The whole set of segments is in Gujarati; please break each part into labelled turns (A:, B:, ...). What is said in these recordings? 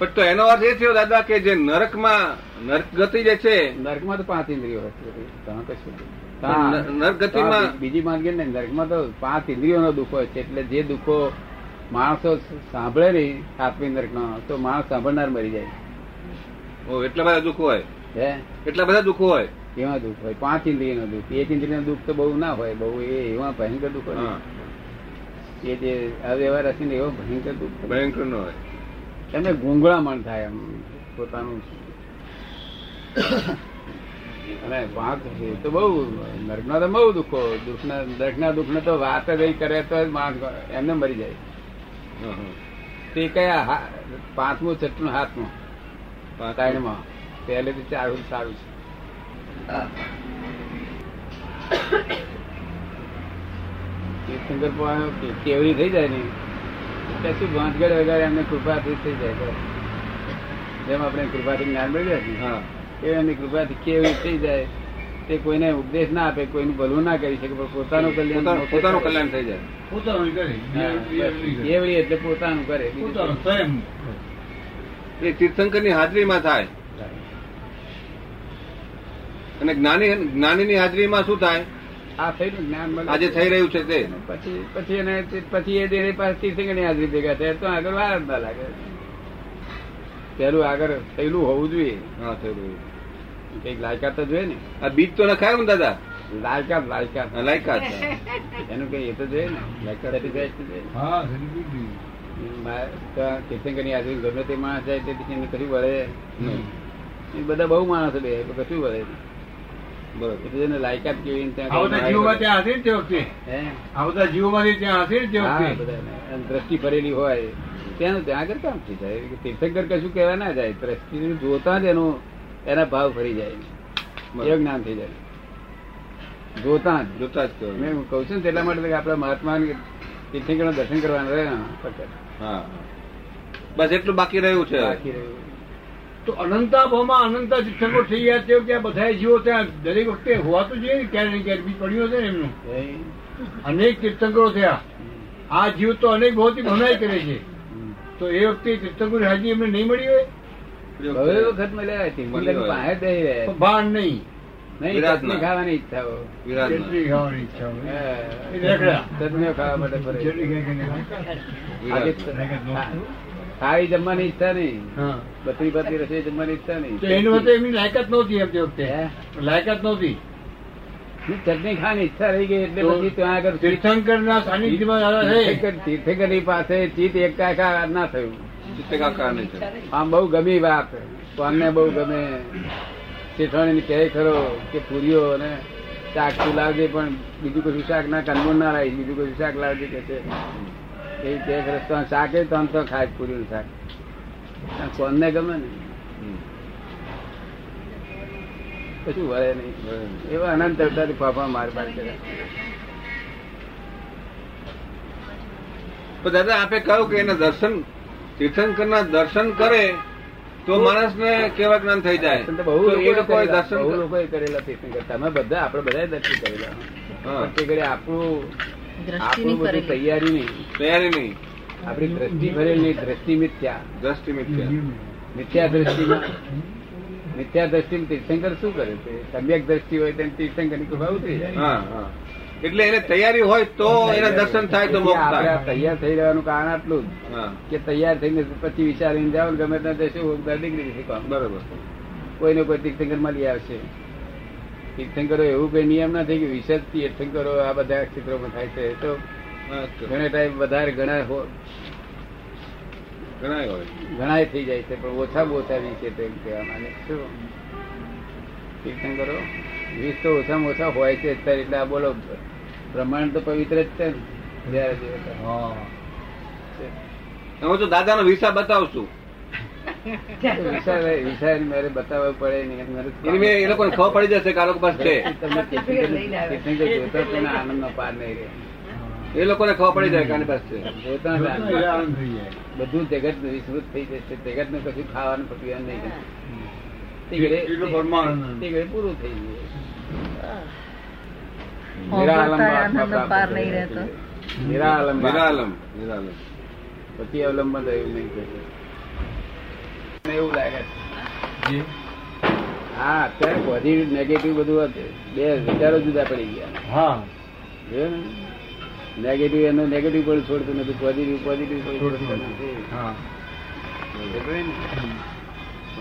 A: પણ તો એનો અર્થ એ થયો દાદા કે જે નરકમાં નરક ગતિ જે છે
B: નર્કમાં તો પાંચ ઇન્દ્રિયો હતી ત્યાં કશું નહીં.
A: પણ
B: ત્યાં-
A: નર- નરકગતિમાં-
B: ત્યાં બીજી માંગે નહીં નર્કમાં તો પાંચ ઇન્દ્રિયોનો દુઃખો છે એટલે જે દુઃખો માણસો સાંભળે નહીં આત્મી નર્કનો તો માણસ સાંભળનાર મરી જાય
A: ઓ, એટલા બધા દુઃખ હોય
B: હે
A: એટલા બધા દુઃખ હોય
B: એવા દુઃખ હોય પાંચ ઇન્દ્રિયનો દુઃખ એક ઇન્દ્રિયનો દુઃખ તો બહુ ના હોય બહુ એ એવા ભયંકર દુઃખ હોય
A: હા,
B: ને. એ જે અવ્યવહાર હશે ને એવો ભયંકર દુઃખ હોય.
A: ભયંકર ન હોય
B: એમને ગૂંગળામણ થાય એમ પોતાનું અને વાત છે તો બહુ નર્કના તો બહુ દુઃખો દુઃખના નર્કના દુઃખને તો વાત જ નહીં કરે તો જ માણસ એમને મરી જાય
A: હા, હા.
B: તે કયા હા- પાંચમું છઠ્ઠું હાથમાં ત્રણમાં પહેલેથી ચારું સારું છે તીર્થંકર પણ કે- કેવડી થઈ જાય ને એટલે શું ભાંતગઢ વગર એમને કૃપાથી થઈ જાય જેમ આપણે કૃપાથી જ્ઞાન મળી જાય ને,
A: હા
B: એવી એમની કૃપાથી કેવી થઈ જાય તે કોઈને ઉપદેશ ના આપે કોઈનું ભલું ના કરી શકે પણ પોતાનું કલ્યાણ
A: પોતાનું પોતાનું કલ્યાણ થઈ જાય
C: પોતાનું કરે
B: હા, બસ. કેવડી એટલે પોતાનું કરે બીજું
C: પોતાનું સ્વયં
A: એ તીર્થંકર ની હાજરીમાં થાય અને જ્ઞાની જ્ઞાની ની હાજરીમાં શું થાય
B: આ થયું જ્ઞાન મળે
A: આજે થઈ રહ્યું છે તે
B: પછી પછી એને તે- પછી એ દેને પાસે તીર્થંકરની હાજરી ભેગા થાય તો આગળ વાર જ ના લાગે પેલું આગળ થયેલું હોવું જોઈએ
A: હા થઈ રહ્યું
B: કઈક લાયકાત તો જોઈએ ને
A: આ બીજ તો નખાયું ને દાદા
B: લાયકાત લાયકાત
A: આ લાયકાત છે.
B: એનું કઈ એ તો જોઈએ ને લાયકાત certificate તો જોઈએ
C: હા સદગુરુજી.
B: ને. બહાર તો તીર્થંકરની હાજરી ગમે તે માણસ જાય તે પછી એને કશું વળે
A: હમ.
B: એ બધા બહુ માણસો બે એટલે કશું વળે નહીં.
A: બરોબર
B: એટલે એને લાયકાત કેવી ને
C: આ બધા જીવોમાં
B: ત્યાં
C: ત્યાં હશે ને તે વખતે
B: હે
C: આ બધા જીવોમાંથી ત્યાં હશે ને તે
B: હા,
C: વખતે
B: બધાને. અને દ્રષ્ટિ ફરેલી હોય તેનું ત્યાં આગળ કામ થઈ જાય એટલે તીર્થંકર કશું કહેવા ના જાય દ્રષ્ટિ જોતા જ એનું એના ભાવ ફરી જાય એવું જ્ઞાન થઈ જાય જોતા જ
A: જોતા જ કહેવાય.
B: મેં કહું છું ને તેટલા માટે કે આપણા મહાત્મા તીર્થંકર દર્શન કરવાના રહે ને, પકડ.
A: હા હા. બસ એટલું બાકી રહ્યું છે
B: બાકી રહ્યું.
C: તો અનંતાભાવમાં અનંતા શિક્ષકો થઈ ગયા તે વખતે આ બધા જીવો ત્યાં દરેક વખતે હોવાતું જોઈએ ને ક્યારે ને ક્યારે બીજ પડ્યું હશે ને એમનું
B: જય.
C: અનેક તીર્થંકરો થયા આ જીવ તો અનેક ભૌતિક ભનાઈ કરે છે
B: હમ.
C: તો એ વખતે તીર્થંકરો હાજી એમને નહીં મળી હોય
B: હવે વખત
A: મળ્યા
B: મળ્યા તીર્થંકર
A: હોય.
B: પાસે બેહી
C: તો
B: રહ્યા.
C: ભાન નહીં
B: નહીં
A: વિરાટના.
B: ચટણી ખાવાની ઈચ્છાઓ
A: વિરાજમાન.
C: ચટણી ખાવાની ઈચ્છા હોય એ
B: હા.
C: રેકડા.
B: ચટણીઓ ખાવા માટે ફરે
C: ચટણી ખાઈને.
A: વિરાજમાન.
B: આજે થાળી જમવાની ઈચ્છા નહીં
C: હા
B: બત્રી બત્રી રસોઈ જમવાની ઈચ્છા
C: તો એની વખતે
B: નહીં
C: એમની લાયકાત નહોતી એમ તે વખતે લાયકાત નહોતી
B: હું ચટણી ખાવાની ઈચ્છા રહી ગઈ એટલે
C: તો
B: પછી ત્યાં આગળ
C: તીર્થંકરના સાનિધ્યમાં આવ્યા છે
B: તીર્થંકર- તીર્થંકરની પાસે ચિત્ત એકાકાર ના થયું
A: ચિત્તકાકાર નહીં થયું.
B: આમ બહુ ગમી વાત તો અમને બહુ ગમે શેઠાણી કહે ખરો કે પૂરીઓ અને શાક તું લાવજે પણ બીજું કશું શાક ના કનમૂળ ના લાવી બીજું કશું શાક લાવજે કે છે એ કહે ખરો તો શાકે તો આમ તો ખાય પૂરીનું શાક આ કોણને ગમે ને
A: હમ.
B: કશું વળે નહીં
A: બરાબર.
B: એવા અનંત અવતારી ફાફા માર માર કર્યા
A: તો દાદા આપે કહ્યું કે એના દર્શન તીર્થંકરના દર્શન કરે તો માણસને કેવા જ્ઞાન થઈ જાય
B: દર્શન તો બહુ
A: કોઈ લોકોએ
B: લોકોએ કરેલા,
A: દર્શન
B: બહુ લોકોએ કરેલા તીર્થંકર. તમે બધા આપણે બધાએ દર્શન કરેલા
A: હા.
B: પણ તે ઘડી આપણું
D: દ્રષ્ટિની
B: આપણું બધું
D: કરેલી.
B: તૈયારી નહીં
A: તૈયારી નહીં
B: આપણી દ્રષ્ટિ ભરેલી નહીં દ્રષ્ટિ મિથ્યા
A: દ્રષ્ટિ મિથ્યા
B: મિથ્યા દ્રષ્ટિમાં મિથ્યા દ્રષ્ટિમાં તીર્થંકર શું કરે છે સમ્યક દ્રષ્ટિ હોય તેમ તીર્થંકરની કૃપા ઉતરી જાય
A: હા હા એટલે એને તૈયારી હોય તો એના દર્શન થાય તો મોક્ષ
B: આપણે
A: થાય
B: આ તૈયાર થઈ રહેવાનું કારણ આટલું જ
A: હા
B: કે તૈયાર થઈને પછી વિચારીને જાઓ ને ગમે ત્યાં જશે ડિગ્રી શીખવાનું
A: બરોબર
B: કોઈને કોઈ તીર્થંકર મળી આવશે તીર્થંકરો એવું કોઈ નિયમ નથી કે વિશેષ તીર્થંકરો આ બધા ક્ષેત્રોમાં થાય છે તો
A: હા,
B: ઘણા ટાઈમ વધારે ઘણા હો-
A: ગણાય હોય
B: ઘણાય થઈ જાય છે પણ ઓછામાં ઓછા વીસ છે તેમ કહેવા માંગે છે. શું તીર્થંકરો વીસ તો ઓછામાં ઓછા હોય છે જ ત્યારે. એટલે આ બોલો બ્રહ્માંડ તો પવિત્ર જ છે ને જ્યારે જોઈએ ત્યારે.
C: હા
A: હું તો દાદાનો વિસા બતાવશું
B: તો વિશાળ વિશાળ મારે બતાવવું પડે ને એમ મારે
A: એની મેં એ લોકોને ખબર પડી જશે કે આ લોકો પાસે છે
B: તમને તીર્થંકર તીર્થંકર જોતા જ તેના આનંદનો પાર નહીં રહે
A: એ લોકોને ખબર પડી જાય કે આની પાસે છે
B: જોતા જ આનંદ.
C: આનંદ થઈ જાય
B: બધું જગત વિસ્તૃત થઈ જશે જગત નું કશું ખાવાનું પકડ્યું નહીં તે ઘરે-
C: એટલું પરમાનંદ.
B: તે ઘરે પૂરું થઈ ગયું નિરાલંબ
D: હોંભળતા
B: આત્મા
D: આનંદનો
B: પ્રાપ્ત
D: પાર
B: થયો.
D: નહીં રહેતો.
B: નિરાલંબ
A: નિરાલમ નિરાલમ
B: પછી અવલંબન રહ્યું નહીં ને એવું લાગે છે હા અત્યારે બધી નેગેટિવ બધું હતું બે વિચારો જુદા પડી ગયા
C: હા
B: જોયું ને નેગેટિવ એનું નેગેટિવ પણ છોડતું નથી પોઝિટિવ પોઝિટિવ પણ છોડતું નથી
C: હા
B: સમજાય ને?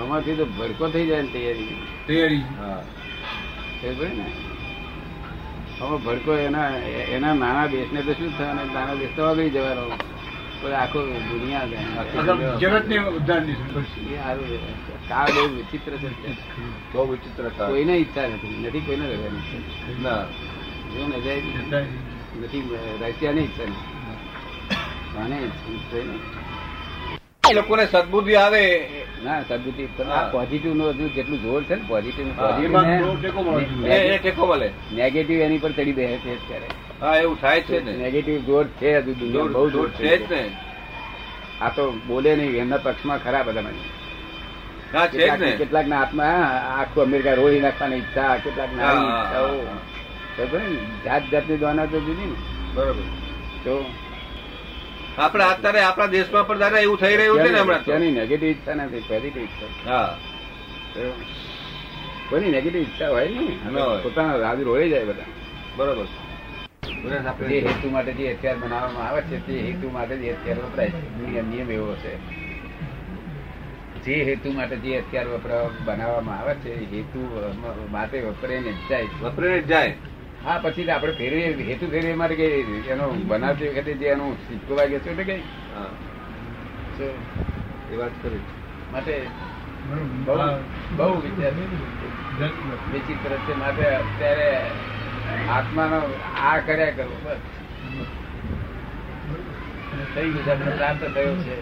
B: આમાંથી તો ભડકો થઈ જાય ને તૈયારી
C: તૈયારી
A: હા
B: સમજાય ને? હવે ભડકો એના એના નાના દેશને તો શું થવાનું નાના દેશ તો આગળ જવાનો પણ આખો દુનિયા જાય
C: જગત ને ઉદ્ધાર ની
B: એ સારું છે. કાળ બહુ વિચિત્ર છે
A: બહુ વિચિત્ર કાળ.
B: કોઈને ઈચ્છા નથી નથી કોઈને રહેવાની ઈચ્છા.
A: ના
B: જો ને જાય નથી રશિયાની ઈચ્છા નથી આને ઈચ્છા છે ને.
A: એ લોકોને સદબુદ્ધિ આવે
B: ના સદબુદ્ધિ પણ
A: હા.
B: આ પોઝિટિવ નું હજુ જેટલું જોર છે ને પોઝિટિવ
A: હા.
C: એમાં ટેકો મળવો જોઈએ.
A: એ એ ટેકો મળે
B: નેગેટિવ એની પર ચડી બેસે છે અત્યારે
A: હા એવું થાય છે ને
B: નેગેટિવ જોર છે હજુ દુનિયા બહુ
A: જોર-
B: જોર
A: જોર છે જ ને
B: આ તો બોલે નહીં એમના પક્ષમાં ખરા બધા માણસ.
A: હા છે જ
B: કેટલાક-
A: ને
B: કેટલાકના હાથમાં હા, આખું અમેરિકા રોળી નાખવાની ઈચ્છા કેટલાક નાની
A: હા.
B: ઈચ્છાઓ ખબર ને? જાત જાતની દોના તો જુદી ને
A: બરોબર
B: તો
A: આપણે અત્યારે આપણા દેશમાં પણ દાદા એવું થઈ રહ્યું છે ને હમણાં તો.
B: ત્યાંની નેગેટિવ ઈચ્છા નથી પોઝિટિવ ઈચ્છા છે.
A: હા
B: તો કોઈની નેગેટિવ ઈચ્છા હોય
A: ન હોય.
B: નહીં પોતાના રાજ રોળી જાય બધા
A: બરોબર
B: જે હેતુ માટે જે હથિયાર બનાવવામાં આવે છે તે હેતુ માટે જે હથિયાર વપરાય છે નિયમ નિયમ એવો છે જે હેતુ માટે જે હથિયાર વપરા બનાવવામાં આવે છે એ હેતુ અમ- માટે વપરે ને જાય છે.
A: વપરીને જ જાય
B: હા પછી આપણે ફેરવી હેતુ ફેરવી માટે કઈ એનો બનાવતી વખતે જે એનું સિક્કો વાગ્યો છે એટલે કઈ
A: હા
B: તો
A: એ વાત કરી
B: માટે બહુ બહુ વિચાર વિચિત્ર છે માટે અત્યારે આત્માનો આ કર્યા કરવો બસ થઈ ગયું છે, આપણે પ્રાપ્ત થયો છે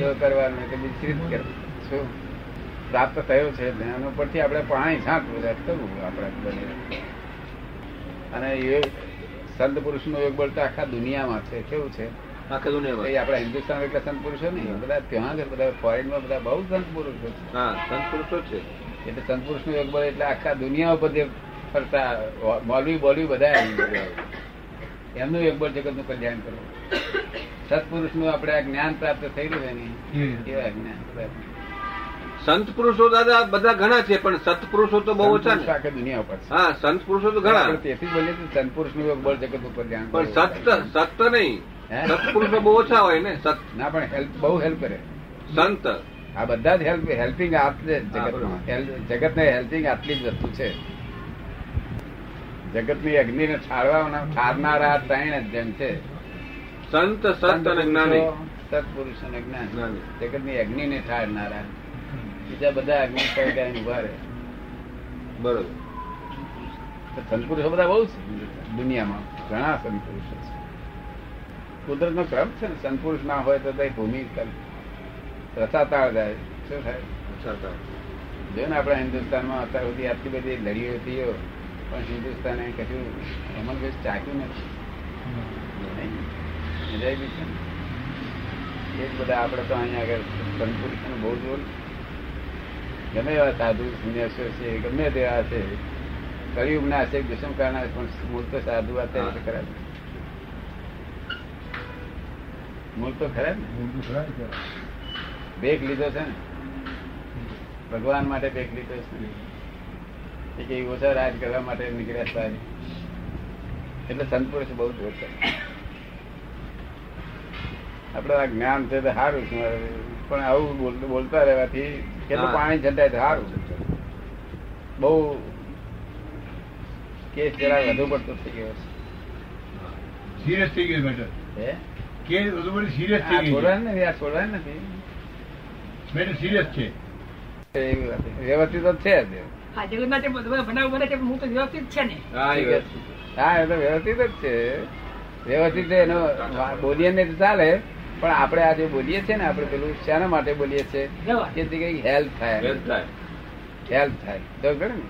B: જો કરવાનું હોય તો બીજી રીત કરવું શું પ્રાપ્ત થયો છે એટલે એના ઉપરથી આપણે પાણી છાંટવું છે કરવું આપણે બને અને એ સંત પુરુષનું યોગ બળ તો આખા દુનિયામાં છે કેવું છે
A: આખે
B: એ
A: દુનિયામાં
B: આપણા હિન્દુસ્તાન એટલા સંત પુરુષો નહીં બધા ત્યાં જ બધા ફોરેનમાં બધા બહુ સંત પુરુષો છે
A: હા સંત પુરુષો છે
B: એટલે સંત પુરુષનું યોગ બળ એટલે આખા દુનિયા ઉપર જે ફરતા મોલવી બોલવી બધા આવી ગયા. એમનું યોગ બળ જગતનું કલ્યાણ કરવું સત્પુરુષનું આપણે આ જ્ઞાન પ્રાપ્ત થયેલું છે ને કેવા જ્ઞાન પ્રાપ્ત
A: સંત પુરુષો દાદા બધા ઘણા છે પણ સત પુરુષો તો બહુ ઓછા
B: સંતપુરુષ
A: ને
B: આખી દુનિયા ઉપર છે.
A: હા સંત પુરુષો તો
B: આપણે
A: ઘણા
B: તેથી જ બોલીએ છીએ, સંતપુરુષનું યોગ બળ જગત ઉપર ધ્યાન
A: પણ સત
B: કરવું.
A: સત તો નહીં
B: હે?
A: સત પુરુષો બહુ ઓછા હોય ને સત
B: ના પણ help બહુ હેલ્પ કરે
A: સંત
B: આ બધા જ હેલ્પ હેલ્પિંગ આપશે
A: બરોબર.
B: જગત જગતને હેલ્પિંગ આટલી જ વસ્તુ છે જગતની અગ્નિને ઠારવાના ઠારનારા આ ત્રણ જ જણ છે
A: સંત સત અને જ્ઞાની
B: સત્પુરુષ અને જ્ઞાન
A: જ્ઞાની.
B: જગતની અગ્નિને ઠારનારા બીજા બધા અગ્નિ પર કાંઈ ઉભા રહે
A: બરોબર
B: તો સંતપુરુષો બધા બહુ છે દુનિયામાં ઘણા સંતપુરુષો છે કુદરત નો ક્રમ છે ને સંતપુરુષ ના હોય તો તઈ ભૂમિ કલ્પ- રસાતાળ જાય શું થાય
A: અચ્છા, અચ્છા.
B: જો ને આપણા હિન્દુસ્તાનમાં અત્યાર સુધી આટલી બધી લડીઓ થયો પણ હિન્દુસ્તાને કશું એમાં કશું ચાખ્યું નથી જાય બી છે ને. એ જ બધા આપણે તો અહીંયા આગળ સંતપુરુષોનું બહુ જોર છે. ગમે એવા સાધુ સંન્યાસીઓ છે ગમે તેવા છે કળિયુગના છે દુષ્મકાળના છે, પણ મૂળ તો સાધુ અત્યારે
A: હા.
B: ખરા જ. મૂળ તો ખરા જ ને બેગ લીધો છે ને ભગવાન માટે બેગ લીધો છે એ કે ઓછા રાજ કરવા માટે નીકળ્યા છે આજે. એટલે સંતપુરુષ બહુ જોર છે આપડે આ જ્ઞાન છે તો સારું છે પણ આવું બોલ- બોલતા રહેવાથી કેટલું
A: હા.
B: પાણી છંટાય છે સારું બહુ કેસ જરા વધુ પડતો થઈ ગયો
C: સિરિયસ થઈ ગયું મેટર
B: છે હે?
C: કે બધું બધું સિરિયસ
B: આ
C: થઈ ગયું
B: છોડવાનું નથી આ છોડવાનું નથી
C: મેટર સિરિયસ છે
B: એવી વાત છે. વ્યવસ્થિત તો છે જ
D: હા જગતના જે બધા બનાવ બને છે હું તો વ્યવસ્થિત છે ને
A: હા એ વાત.
B: હા એ તો વ્યવસ્થિત જ છે વ્યવસ્થિત છે એનો વા- બોલીએ ને તો ચાલે પણ આપણે આ જે બોલીએ છીએ ને આપણે પેલું શાના માટે બોલીએ છીએ
D: વ્યવહાર.
B: કે કઈ હેલ્પ થાય
A: વેદ થાય.
B: હેલ્પ થાય તો ખરું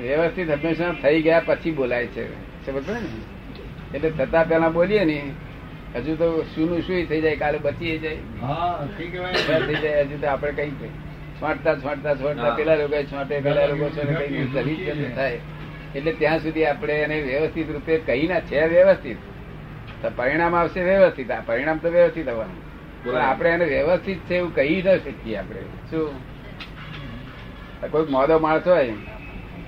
B: ને વ્યવસ્થિત હંમેશા થઈ ગયા પછી બોલાય છે સમજ પડી ને એટલે થતા પહેલા બોલીએ ને હજુ તો શુંનું શુંય થઈ જાય કાલે બચી જાય
C: હા કઈ
B: બસ
C: કહેવાય
B: થઈ જાય હજુ તો આપણે કઈ છોટતા છોટતા છોટતા
A: હા.
B: પેલા લોકો છોટે પેલા લોકો છોટે કઈ સર્વિસ જ ન થાય એટલે ત્યાં સુધી આપણે એને વ્યવસ્થિત રૂપે કહી ના છે વ્યવસ્થિત તો પરિણામ આવશે વ્યવસ્થિત આ પરિણામ તો વ્યવસ્થિત આવવાનું પણ આપણે એને વ્યવસ્થિત છે એવું કહી ન શકીએ આપણે શું કોઈક મોદો માણસ હોય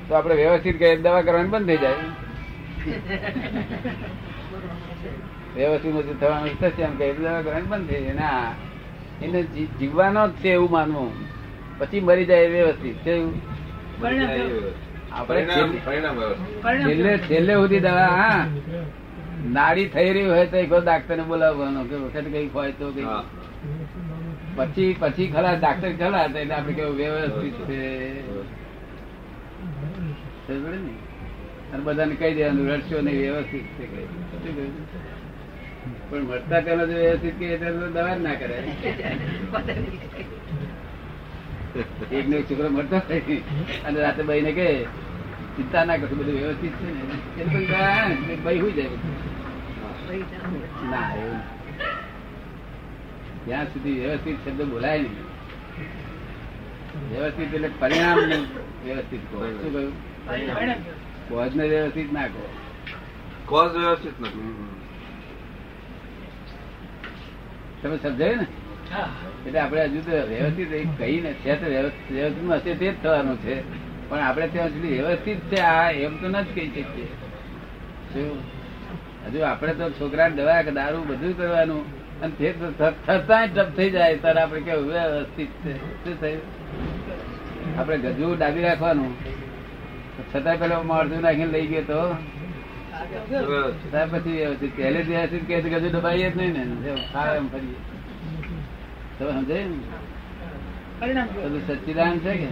B: તો આપણે વ્યવસ્થિત કહીએ દવા કરવાની બંધ થઈ જાય વ્યવસ્થિત નથી થવાનું થશે એમ કહીએ દવા કરવાની બંધ થઈ જાય ના એને જી- જીવવાનો જ છે એવું માનવું પછી મરી જાય એ વ્યવસ્થિત છે એવું. આપણે
A: પરિણામ
B: છેલ્લે-
A: પરિણામ વ્યવસ્થિત.
B: છેલ્લે
D: પરિણામ
B: છેલ્લે સુધી દવા હા નાડી થઈ રહી હોય તો એક ડાક્ટર ને બોલાવવાનો કે વખત કઈ હોય તો કઈ
A: હા.
B: પછી પછી ખરા ડાક્ટર ખરા એટલે આપણે કેવું વ્યવસ્થિત છે સમજે ને? અને બધાને કહી દેવાનું રડશો નહીં વ્યવસ્થિત છે કહી દેવાનું. શું કહ્યું? પણ મળતા પહેલા જો વ્યવસ્થિત કહીએ ત્યારે તો દવા જ ના કરે એક ને એક છોકરો મળતો હોય અને રાતે બહીને કહે ચિંતા ના કરશો બધું વ્યવસ્થિત છે ને એટલે પછી હા, એટલે બહી હુઈ જાય ના એવું નહીં. જ્યાં સુધી વ્યવસ્થિત શબ્દ બોલાય નહીં વ્યવસ્થિત એટલે પરિણામ વ્યવસ્થિત કહો શું કહ્યું
D: પરિણામ
B: કોઝને વ્યવસ્થિત ના કહો
A: કોઝ વ્યવસ્થિત નથી
B: તમે સમજાયું ને
D: હા
B: એટલે આપણે હજુ તો વ્યવસ્થિત એ કહીને છે તો વ્યવસ્થિત વ્યવસ્થિતમાં હશે તે જ થવાનું છે પણ આપણે ત્યાં સુધી વ્યવસ્થિત છે આ એમ તો ન જ કહી શકીએ શું? હજુ આપણે તો છોકરાને દવા કે દારૂ બધું કરવાનું અને તે તો થ- થતાં જ ટપ થઈ જાય ત્યારે આપણે કેવું વ્યવસ્થિત છે શું થયું આપણે ગજુ ડાબી રાખવાનું છતાં પેલો માળતું નાખીને લઈ ગયો તો
A: વ્યવસ્થિત.
B: ત્યાર પછી વ્યવસ્થિત પહેલે જ વ્યવસ્થિત કહે તો ગજુ દબાઈએ જ નહીં ને જો ખાવા એમ ફરીએ તમે સમજાયું ને
D: પરિણામ
B: બધું સચ્ચિદાન છે કે